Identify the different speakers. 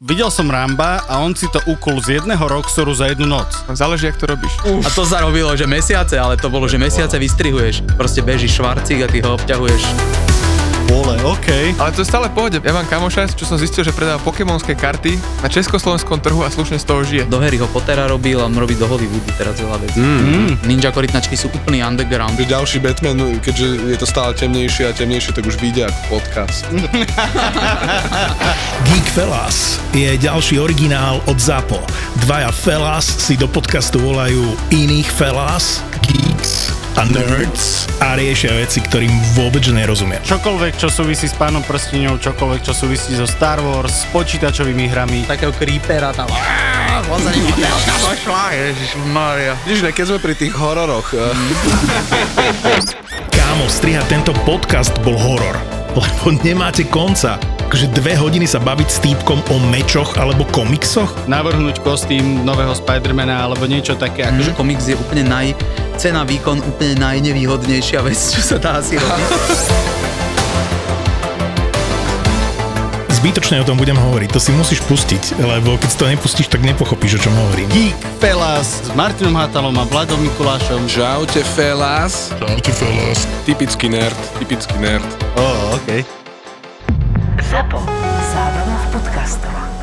Speaker 1: Videl som Ramba a on si to ukul z jedného roxoru za jednu noc.
Speaker 2: Záleží, jak to robíš.
Speaker 3: A to sa robilo, že mesiace, ale to bolo, že mesiace vystrihuješ. Proste bežíš švarcík a ty ho obťahuješ.
Speaker 1: Vole, okej.
Speaker 2: Ale to je stále v pohode. Ja mám kamoša, čo som zistil, že predáva pokémonské karty na československom trhu a slušne z toho žije.
Speaker 3: Do Harryho Pottera robil a on robí do Hollywoodu teraz veľa vecí.
Speaker 1: Mm.
Speaker 3: Ninja koritnačky sú úplný underground.
Speaker 4: Že ďalší Batman, no, keďže je to stále temnejšie a temnejšie, tak už vyjde ako podcast.
Speaker 5: Geek Fellas je ďalší originál od ZAPO. Dvaja Fellas si do podcastu volajú iných Fellas, Geeks a Nerds a riešia veci, ktorým vôbec nerozumia.
Speaker 1: Čokoľvek, čo súvisí s pánom prstenov, čokoľvek, čo súvisí so Star Wars, s počítačovými hrami.
Speaker 3: Takého creepera tam.
Speaker 2: Ježišmaria.
Speaker 4: Vidíš, ne, keď sme pri tých hororoch, eh,
Speaker 5: Kámo, strihať tento podcast bol horor, lebo nemáte konca. Takže dve hodiny sa baviť s týpkom o mečoch alebo komiksoch?
Speaker 1: Navrhnúť kostým nového Spidermana alebo niečo také. Akože
Speaker 3: Akože komiks je úplne naj... Cena, výkon, úplne najnevýhodnejšia vec, čo sa dá asi robiť.
Speaker 5: Zbytočne o tom budem hovoriť, to si musíš pustiť, lebo keď si to nepustíš, tak nepochopíš, o čom hovorím.
Speaker 1: Geek Pelas s Martinom Hatalom a Vladom Mikulášom.
Speaker 4: žaute fellas, typický nerd, typický nerd.
Speaker 1: Oh, okej.
Speaker 6: Zapo. Zábrná v podcastovách.